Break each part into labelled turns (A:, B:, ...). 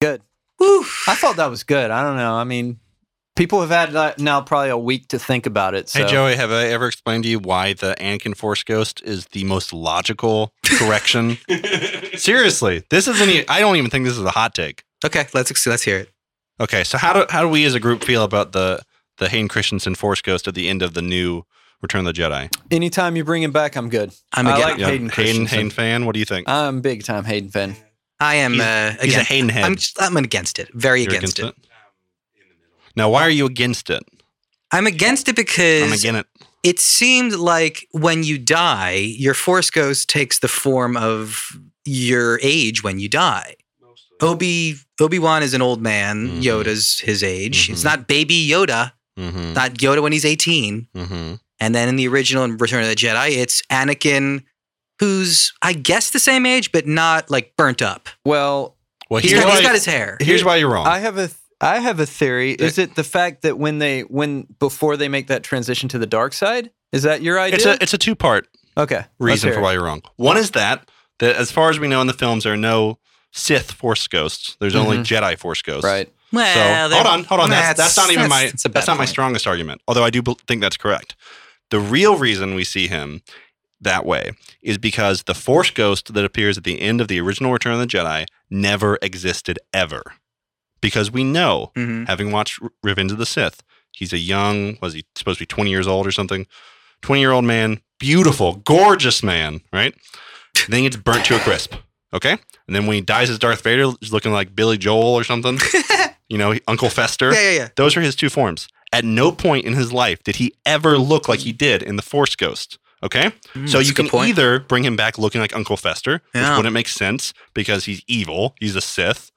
A: Good. I thought that was good. I don't know. I mean, people have had like, now probably a week to think about it. So.
B: Hey Joey, have I ever explained to you why the Anakin Force Ghost is the most logical correction? Seriously, this isn't. e- I don't even think this is a hot take.
C: Okay, let's let's hear it.
B: Okay, so how do how do we as a group feel about the the Hayden Christensen Force Ghost at the end of the new Return of the Jedi?
A: Anytime you bring him back, I'm good.
C: I'm
A: I
C: again.
A: like Hayden
B: Hayden,
A: Christensen.
B: Hayden fan. What do you think?
A: I'm big time Hayden fan.
C: I am uh,
B: He's a
C: again.
B: Hayden head.
C: I'm I'm against it. Very
B: You're
C: against, it.
B: Now, why are you against it?
C: I'm against it
B: I'm
C: because
B: against it.
C: it seemed like when you die, your force ghost takes the form of your age when you die. Obi Obi Wan is an old man.
B: Mhm.
C: Yoda's his age. It's
B: Mhm.
C: not baby Yoda.
B: Mm-hmm.
C: Not Yoda when he's 18.
B: Mm-hmm.
C: And then in the original in Return of the Jedi, it's Anakin, who's I guess the same age, but not like burnt up.
A: Well,
B: Well,
C: He's
B: here's
C: got,
B: why,
C: he's got his hair.
B: here's why you're wrong.
A: I have a th- I have a theory. Is it the fact that when they when before they make that transition to the dark side? Is that your idea?
B: it's a it's a two part
A: okay. let's
B: reason
A: hear
B: for
A: it.
B: why you're wrong. One is that that as far as we know in the films, there are no Sith Force ghosts. There's only
A: Mhm.
B: Jedi Force ghosts.
A: Right.
B: So
C: Well,
B: hold on, hold on. That's,
C: that's-
B: that's not even
C: that's-
B: my
C: that's
B: that's,
C: a bad
B: not my
C: point.
B: strongest argument. Although I do bel- think that's correct. The real reason we see him that way is because the Force ghost that appears at the end of the original Return of the Jedi never existed ever. Because we know,
C: Mhm.
B: having watched R- Revenge of the Sith, he's a young, was he supposed to be 20 years old or something? 20 year old man, beautiful, gorgeous man, right? then he gets burnt to a crisp, okay? And then when he dies as Darth Vader, he's looking like Billy Joel or something, you know, Uncle Fester.
C: Yeah, yeah, yeah.
B: Those are his two forms. At no point in his life did he ever look like he did in the Force Ghost. Okay,
C: Mm, that's
B: so
C: a
B: you
C: good
B: can
C: point.
B: either bring him back looking like Uncle Fester,
C: Yeah.
B: which wouldn't make sense because he's evil, he's a Sith,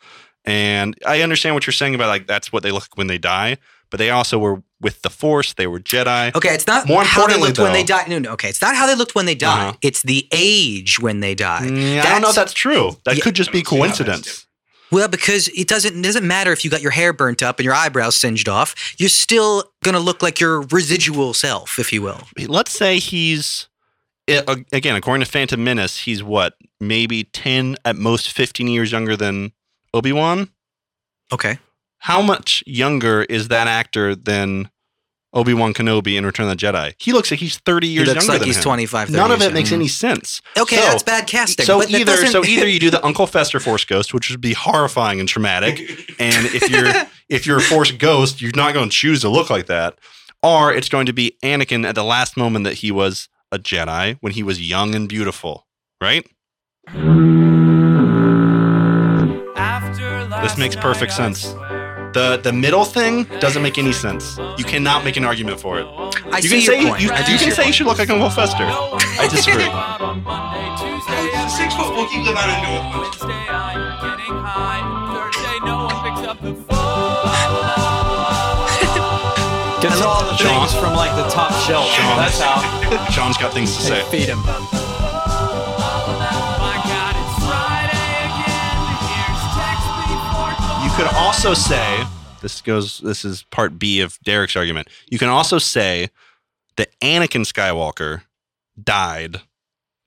B: and I understand what you're saying about like that's what they look like when they die, but they also were with the Force, they were Jedi.
C: Okay, it's not
B: More
C: how they
B: importantly,
C: looked when they
B: though-
C: died. No, no, okay, it's not how they looked when they died.
B: Uh-huh.
C: It's the age when they died.
B: Mm, I don't know if that's true. That
C: Yeah.
B: could just
D: I
B: be
D: don't see how that's
B: coincidence.
D: different.
C: Well, because it doesn't it doesn't matter if you got your hair burnt up and your eyebrows singed off. You're still gonna look like your residual self, if you will.
B: let's say he's a- a- again according to phantom menace he's what maybe 10 at most 15 years younger than obi-wan
C: Okay.
B: how much younger is that actor than obi-wan kenobi in return of the jedi he looks like he's 30 years
C: he looks
B: younger
C: like
B: than
C: he's Mm-hmm. 25.
B: him.
C: 30
B: none of
C: years
B: it makes
C: old.
B: any sense
C: Okay,
B: so-
C: that's bad casting.
B: so
C: but that
B: either
C: doesn't-
B: so either you do the uncle fester force ghost which would be horrifying and traumatic and if you're if you're a force ghost you're not going to choose to look like that or it's going to be anakin at the last moment that he was a jedi when he was young and beautiful right this makes perfect sense the the middle thing doesn't make any sense you cannot make an argument for it
C: I
B: you
C: see your
B: can say
C: point.
B: you,
C: I do
B: you
C: see
B: can
C: your
B: say you
C: point.
B: should look like uncle fester i disagree
D: It's a six foot book. You live out into it.
A: Gets all the
B: Sean.
A: things from like the top shelf.
B: Sean.
A: That's how.
B: sean's got things to
A: Hey,
B: say
A: feed him.
B: You could also say this goes. This is part B of Derek's argument. You can also say that Anakin Skywalker died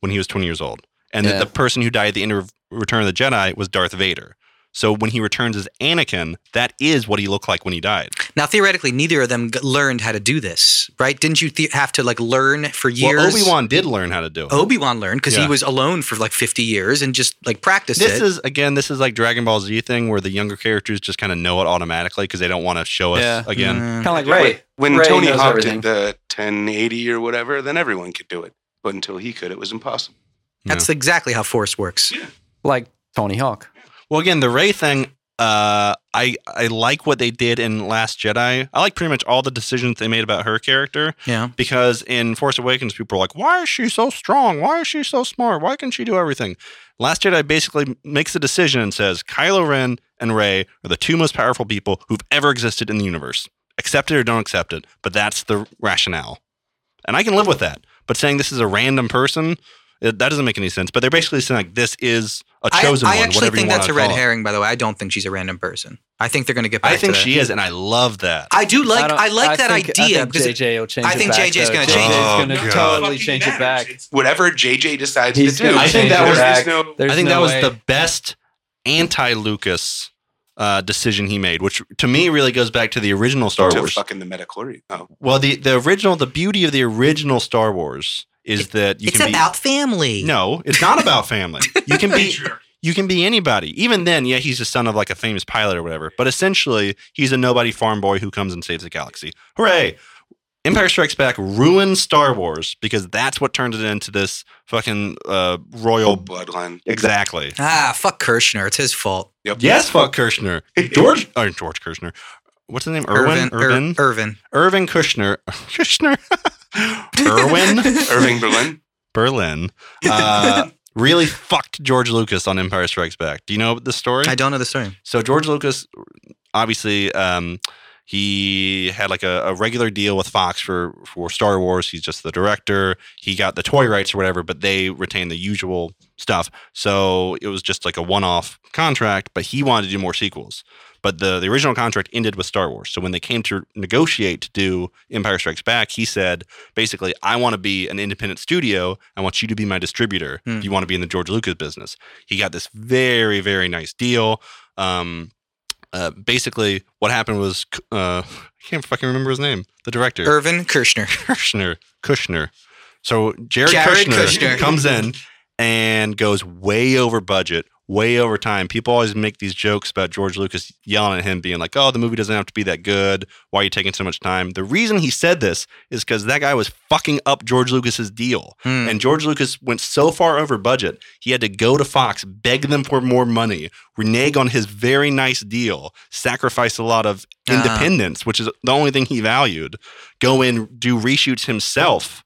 B: when he was 20 years old, and
A: Yeah.
B: that the person who died at the end of Return of the Jedi was Darth Vader. So when he returns as Anakin, that is what he looked like when he died.
C: Now, theoretically, neither of them g- learned how to do this, right? Didn't you th- have to like learn for years?
B: Well, Obi Wan did learn how to do it.
C: Obi Wan learned because he
B: Yeah.
C: was alone for like 50 years and just like practiced
B: this
C: it.
B: is again, this is like Dragon Ball Z thing where the younger characters just kind of know it automatically because they don't want to show us
A: Yeah.
B: again.
C: Mm.
A: Kind of like
D: Right.
A: Ray.
D: When
A: Ray
D: Tony
A: knows
D: Hawk
A: everything.
D: did the 1080 or whatever, then everyone could do it. But until he could, it was impossible.
C: That's exactly how force works.
A: Like Tony Hawk.
B: Well, again, the Ray thing, uh, I I like what they did in Last Jedi. I like pretty much all the decisions they made about her character
C: Yeah.
B: because in Force Awakens, people are like, "Why is she so strong? Why is she so smart? Why can she do everything?" Last Jedi basically makes a decision and says, "Kylo Ren and Ray are the two most powerful people who've ever existed in the universe. Accept it or don't accept it, but that's the rationale." And I can live with that. But saying this is a random person, it, that doesn't make any sense. But they're basically saying like this is a
C: I,
B: chosen
C: I
B: one.
C: actually
B: whatever
C: think
B: you
C: that's a
B: want
C: red
B: hair.
C: herring, by the way. I don't think she's a random person. I think they're going to get back
B: I think
C: to that.
B: she is, and I love that.
C: I do like
A: don't-
C: I, like that
A: think-
C: idea
A: I think
C: because it-
A: JJ will change.
C: I think
A: it back,
C: JJ 's
A: though.
C: gonna
A: JJ 's
B: change it.
A: gonna
B: Oh, God.
A: totally
D: Fucking
A: change it
D: matters.
A: back.
D: It's whatever JJ decides
A: He's
D: to do.
A: gonna
B: I think
A: change
B: that
A: it
B: was-
A: back.
D: There's no-
A: There's
B: I think
A: no
B: that was
A: way.
B: the best anti Lucas, uh, decision he made, which to me really goes back to the original Star
D: to
B: Wars.
D: fucking the metachlorine. Oh,
B: Well, the the original, the beauty of the original Star Wars is that you
C: it's
B: can be
C: about family.
B: no, it's not about family. You can be you can be anybody. Even then, yeah, he's the son of like a famous pilot or whatever. But essentially, he's a nobody farm boy who comes and saves the galaxy. Hooray! Empire Strikes Back ruined Star Wars because that's what turned it into this fucking uh, royal.
D: old bloodline.
B: Exactly.
C: Ah, fuck Kirshner. It's his fault.
D: Yep.
B: Yes, fuck Kirshner. George, or Oh, George Kirshner. What's his name? Irwin.
C: Irvin. Ir-
B: Irvin.
C: Irvin.
B: Irvin Kushner. Kushner. Irwin
D: Irving Berlin.
B: Berlin. Uh, really fucked George Lucas on Empire Strikes Back. Do you know the story?
C: I don't know the story.
B: So George Lucas, obviously, um, he had like a, a regular deal with Fox for for Star Wars. He's just the director. He got the toy rights or whatever, but they retained the usual stuff. So it was just like a one off contract. But he wanted to do more sequels. But the the original contract ended with Star Wars. So when they came to negotiate to do Empire Strikes Back, he said basically, I want to be an independent studio. I want you to be my distributor.
C: Hmm.
B: You want to be in the George Lucas business. He got this very very nice deal um, uh, basically what happened was uh, I can't fucking remember his name, the director
C: Irvin Kirshner.
B: Kushner. Kushner. So Jared,
C: Jared
B: Kushner,
C: Kushner.
B: comes in and goes way over budget, way over time. People always make these jokes about George Lucas yelling at him, being like, "Oh, the movie doesn't have to be that good. Why are you taking so much time?" The reason he said this is because that guy was fucking up George Lucas's deal.
C: Hmm.
B: And George Lucas went so far over budget, he had to go to Fox, beg them for more money, renege on his very nice deal, sacrifice a lot of
C: Ah.
B: independence, which is the only thing he valued, go in, do reshoots himself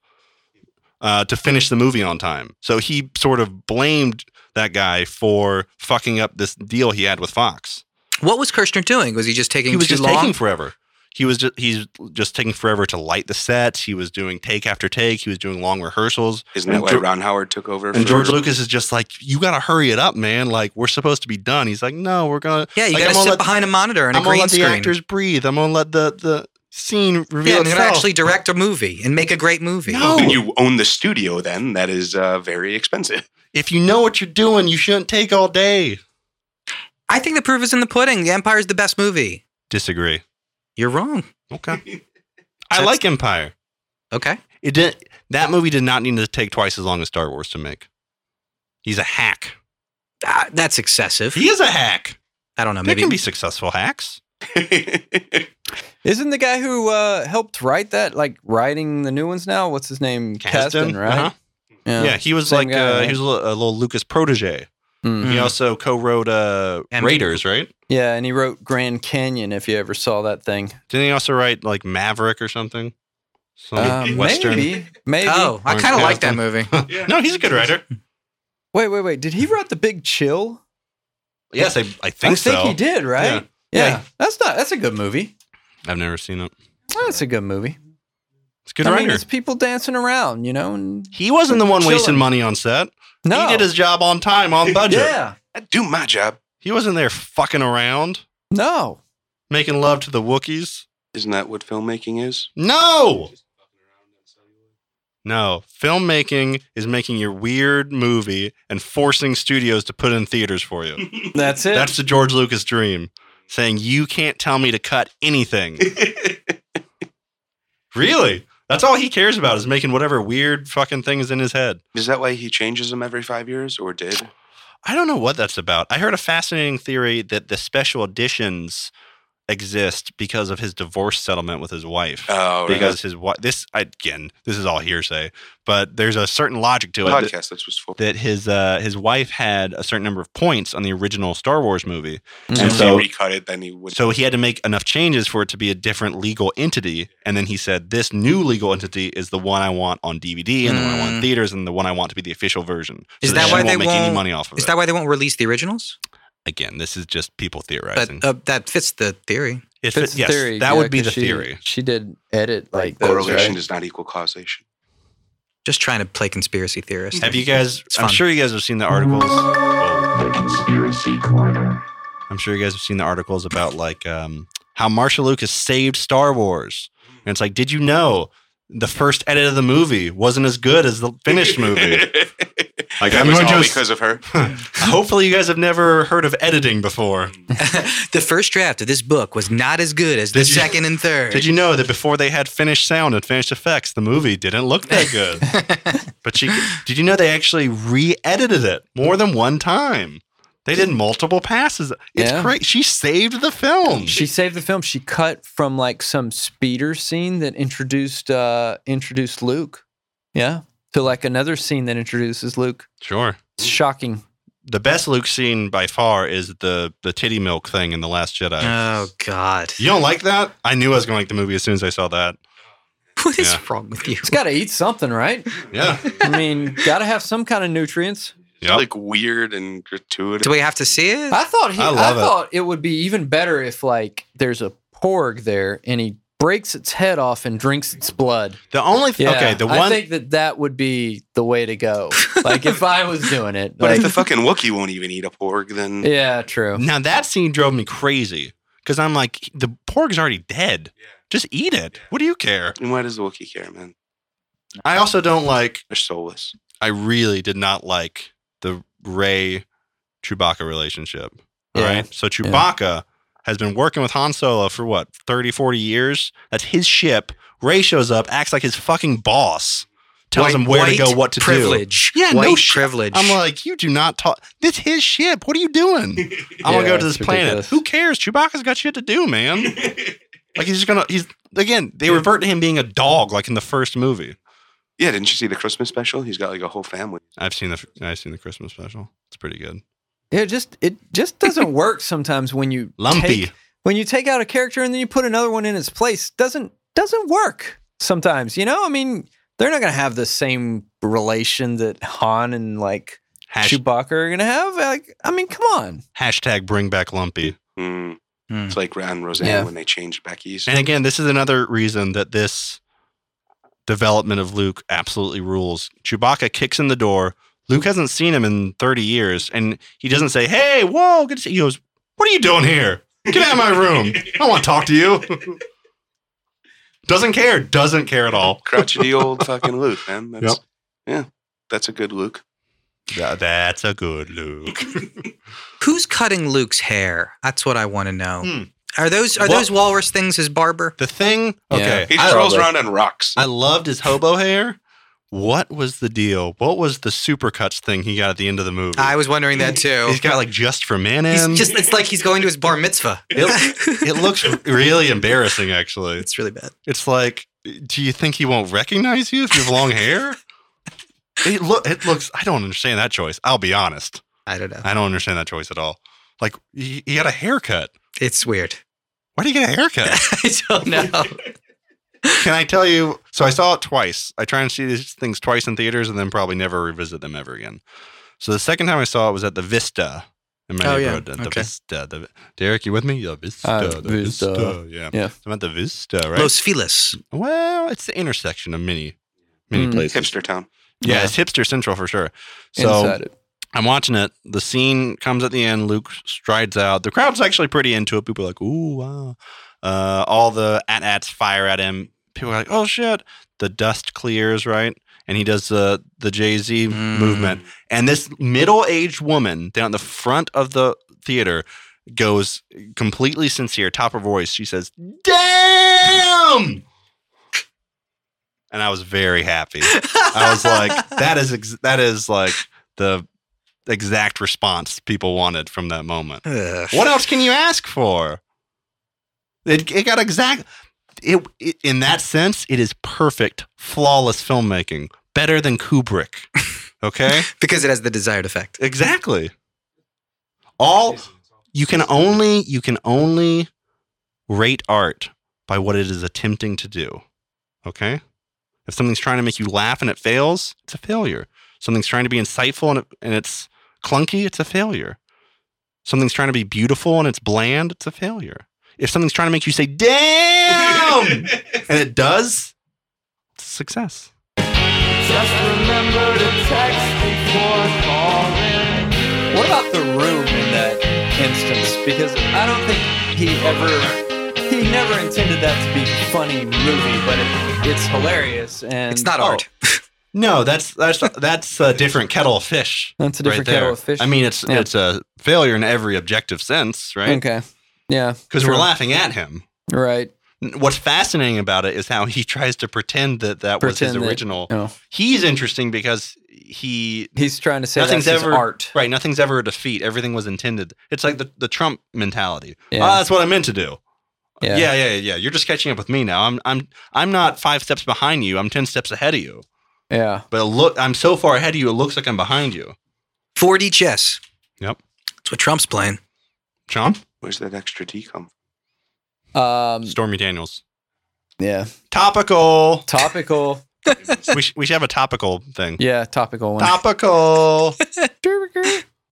B: uh, to finish the movie on time. So he sort of blamed that guy for fucking up this deal he had with Fox.
C: What was Kirshner doing? Was he just taking
B: He was
C: too
B: just
C: long?
B: taking forever. He was just he's just taking forever to light the sets. He was doing take after take. He was doing long rehearsals.
D: Isn't that
B: And
D: why
B: Geor-
D: Ron Howard took over?
B: And
D: for-
B: George Lucas is just like, you gotta hurry it up, man. Like we're supposed to be done. He's like, no, we're gonna.
C: yeah, you
B: like,
C: got
B: I'm
C: to
B: gonna
C: sit
B: let-
C: behind a monitor and
B: I'm
C: a
B: gonna
C: green
B: let
C: screen.
B: the actors breathe. I'm gonna let the the scene reveal
C: yeah, and you're
B: itself.
C: gonna actually direct a movie and make a great movie.
B: No.
D: When you own the studio, then that is uh, very expensive.
B: if you know what you're doing, you shouldn't take all day.
C: I think the proof is in the pudding. The Empire is the best movie.
B: Disagree.
C: You're wrong.
B: Okay. I like Empire.
C: Okay.
B: It did. That movie did not need to take twice as long as Star Wars to make. He's a hack.
C: Ah, that's excessive.
B: He is a hack.
C: I don't know.
B: There
C: Maybe
B: can be successful hacks.
A: Isn't the guy who uh, helped write that like writing the new ones now? What's his name?
B: Kasdan,
A: Kasdan, right?
B: uh-huh. Yeah. he was
A: Same
B: like
A: guy,
B: uh,
A: right?
B: he was a little, a little Lucas protege.
A: Mm.
B: He
C: Mhm.
B: also co-wrote uh,
C: And-
B: Raiders, right?
A: Yeah, and he wrote Grand Canyon. If you ever saw that thing,
B: Didn't he also write like Maverick or something? Some
A: Uh,
B: Oh, western.
A: maybe, maybe.
C: Oh, I
B: Orange
C: kind of like that
B: County.
C: movie.
B: No, he's a good writer.
A: wait, wait, wait. Did he write the Big Chill?
B: Yes, I, I think
A: I think
B: so.
A: he did, right?
B: Yeah.
A: Yeah.
B: Yeah.
A: that's not. That's a good movie.
B: I've never seen it.
A: That's a good movie.
B: It's a good
A: I
B: writer.
A: mean, it's people dancing around, you know. And
B: he wasn't the one
A: Chilling.
B: wasting money on set.
A: no,
B: He did his job on time, on budget.
A: Yeah,
D: I do my job.
B: He wasn't there fucking around,
A: no.
B: making love to the Wookiees.
D: Isn't that what filmmaking is?
B: No. No, filmmaking is making your weird movie and forcing studios to put in theaters for you.
A: That's it.
B: That's the George Lucas dream, saying you can't tell me to cut anything. Really? That's all he cares about is making whatever weird fucking thing is in his head.
D: is that why he changes them every five years, or did?
B: I don't know what that's about. I heard a fascinating theory that the special editions exist because of his divorce settlement with his wife.
D: Oh,
B: because his wife, this, I- again, this is all hearsay, but there's a certain logic to it.
D: right.
B: that-
D: podcast. That's what's for.
B: That his uh, his wife had a certain number of points on the original Star Wars movie,
D: So
B: and
A: Mm.
D: if
B: so-
D: he recut it, then he would.
B: so he had to make enough changes for it to be a different legal entity. And then he said, "This new legal entity is the one I want on DVD, and the one I want in
C: Mm.
B: theaters, and the one I want to be the official version."
C: Is
B: so
C: that
B: she
C: why
B: won't
C: they
B: make any
C: won't-
B: money off of
C: Is
B: it?
C: that why they won't release the originals?
B: Again, this is just people theorizing.
C: But uh, that fits the theory.
B: If
A: That's
B: it-
A: the
B: yes,
A: theory,
B: that
A: yeah,
B: would be
A: 'cause
B: the
A: she-
B: theory.
A: She did edit like those,
D: correlation
A: right?
D: does not equal causation.
C: Just trying to play conspiracy theorist.
B: Have you guys?
C: It's
B: I'm
C: fun.
B: sure you guys have seen the articles.
E: The Conspiracy Corner.
B: I'm sure you guys have seen the articles about like um, how Marshall Lucas saved Star Wars, and it's like, did you know the first edit of the movie wasn't as good as the finished movie? Like
D: That
B: I'm
D: was
B: going
D: all
B: to.
D: because of her.
B: Hopefully, you guys have never heard of editing before.
C: the first draft of this book was not as good as the
B: Did you-
C: second and third.
B: Did you know that before they had finished sound and finished effects, the movie didn't look that good? but she, did you know they actually re-edited it more than one time? They did multiple passes. It's
A: Yeah.
B: great. She saved the film.
A: She saved the film. She cut from like some speeder scene that introduced uh introduced Luke. Yeah. To like another scene that introduces Luke.
B: sure.
A: It's shocking.
B: The best Luke scene by far is the the titty milk thing in the Last Jedi.
A: Uh,
C: Oh God!
B: you don't like that? I knew I was going to like the movie as soon as I saw that.
C: What is
B: Yeah.
C: wrong with you?
A: It's gotta eat something, right?
B: Yeah.
A: I mean, gotta have some kind of nutrients.
B: Yep.
D: Like weird and gratuitous.
C: Do we have to see it?
A: I thought he
B: I
A: I,
B: love it.
A: thought it would be even better if like there's a porg there and he breaks its head off and drinks its blood.
B: the only th-
A: Yeah,
B: okay, the
A: I
B: one
A: think that that would be the way to go. Like if I was doing it.
D: But
A: Like,
D: if the fucking Wookiee won't even eat a porg, then
A: yeah, true.
B: Now that scene drove me crazy because I'm like, the pork's already dead. Just eat it. What do you care?
D: why does the Wookiee care, man?
B: I also don't like.
D: They're soulless.
B: I really did not like the Ray Chewbacca relationship. All
A: Yeah.
B: right, So Chewbacca has been working with Han Solo for what, 30, 40 years? That's his ship. Ray shows up, acts like his fucking boss, tells
C: White-
B: him where to
C: white
B: go, what to
C: privilege.
B: Yeah, no
C: white
B: shit.
C: privilege.
B: do. I'm like, you do not talk. This his ship. What are you doing? I'm gonna
A: Yeah,
B: go to this
A: it's
B: planet.
A: ridiculous.
B: Who cares? Chewbacca's got shit to do, man. like he's just gonna. He's again. They revert to him being a dog, like in the first movie.
D: Yeah, didn't you see the Christmas special? He's got like a whole family.
B: I've seen the. I've seen the Christmas special. It's pretty good.
A: Yeah, just it just doesn't work sometimes when you
B: Lumpy.
A: take- when you take out a character and then you put another one in its place. Doesn't doesn't work sometimes. You know, I mean, they're not gonna have the same relation that Han and like
B: Hash-
A: Chewbacca are gonna have. Like, I mean, come on.
B: hashtag bring back Lumpy.
D: Mm.
C: Hmm.
D: It's like Ron and Roseanne
A: Yeah.
D: when they changed back east.
B: And again, this is another reason that this development of Luke absolutely rules. Chewbacca kicks in the door. Luke hasn't seen him in 30 years, and he doesn't say, Hey, whoa, good to see you. He goes, What are you doing here? Get out of my room. I don't want to talk to you. doesn't care. Doesn't care at all.
D: Crotchety old fucking Luke, man. That's, Yeah, that's a good Luke.
B: Th- Uh, That's a good Luke.
C: Who's cutting Luke's hair? That's what I want to know.
B: Hmm.
C: Are those are
B: What-
C: those walrus things his barber?
B: The thing, okay.
D: He
B: I-
D: just rolls around on rocks.
B: I loved his hobo hair. What was the deal? What was the supercuts thing he got at the end of the movie?
C: I was wondering that too.
B: He's got like just for man
C: He's
B: in.
C: just it's like he's going to his bar mitzvah.
B: It looks really embarrassing, actually.
C: it's really bad.
B: It's like, do you think he won't recognize you if you have long hair? It look, it looks. I don't understand that choice. I'll be honest.
C: I don't know.
B: I don't understand that choice at all. Like, he, he had a haircut.
C: It's weird.
B: Why do you get a haircut?
C: I don't know.
B: Can I tell you? So I saw it twice. I try and see these things twice in theaters, and then probably never revisit them ever again. So the second time I saw it was at the Vista in my
C: Oh, yeah.
B: neighborhood. The
C: Okay.
B: Vista. The, Derek, you with me? The Vista.
A: Uh,
B: the
A: Vista.
B: Yeah.
A: Yeah.
B: So I'm at the Vista, right?
C: Los Feliz.
B: Well, it's the intersection of many, many
A: Mm.
B: places.
D: Hipster town.
B: Yeah,
A: Yeah.
B: it's hipster central for sure. So
A: Inside it.
B: I'm watching it. The scene comes at the end. Luke strides out. The crowd's actually pretty into it. People are like, ooh, wow. Uh, all the at ats fire at him. People are like, oh shit. The dust clears, right? And he does the the Jay Z
C: Mm.
B: movement. And this middle aged woman down the front of the theater goes completely sincere, top of her voice. She says, damn. And I was very happy. I was like, that is ex- that is like the exact response people wanted from that moment.
C: Ugh.
B: What else can you ask for? It, it got exact. It, it in that sense, it is perfect, flawless filmmaking, better than Kubrick. Okay,
C: Because it has the desired effect.
B: exactly. All you can only you can only rate art by what it is attempting to do. Okay? If something's trying to make you laugh and it fails, it's a failure. Something's trying to be insightful and, it, and it's clunky, it's a failure. Something's trying to be beautiful and it's bland, it's a failure. If something's trying to make you say damn and it does, it's a success.
A: What about the room in that instance? Because I don't think he ever, he never intended that to be funny movie, but it, it's hilarious and
C: It's not
A: Oh,
C: art.
B: No, that's that's that's a different kettle of fish.
A: That's a different
B: right there.
A: kettle of fish.
B: I mean, it's
A: Yeah.
B: it's a failure in every objective sense, right?
A: okay, yeah,
B: Because
A: true.
B: we're laughing at him.
A: right.
B: What's fascinating about it is how he tries to pretend that that was
A: Pretend
B: his
A: that-
B: original.
A: Oh,
B: He's interesting because he
A: he's trying to say
B: Nothing's
A: that's his
B: ever-
A: art.
B: right nothing's ever a defeat. Everything was intended. It's like the the Trump mentality.
A: Yeah.
B: Ah, that's what I meant to do.
A: Yeah.
B: Yeah. yeah, yeah, yeah. You're just catching up with me now. I'm I'm I'm not five steps behind you. I'm ten steps ahead of you.
A: Yeah,
B: But it look, I'm so far ahead of you. It looks like I'm behind you.
C: 4D chess.
B: Yep.
C: That's what Trump's playing.
B: Sean
D: Where's that extra D come
A: um,
B: Stormy Daniels.
A: yeah.
B: Topical.
A: Topical.
B: we, sh- we should have a topical thing.
A: Yeah, topical one.
B: Topical.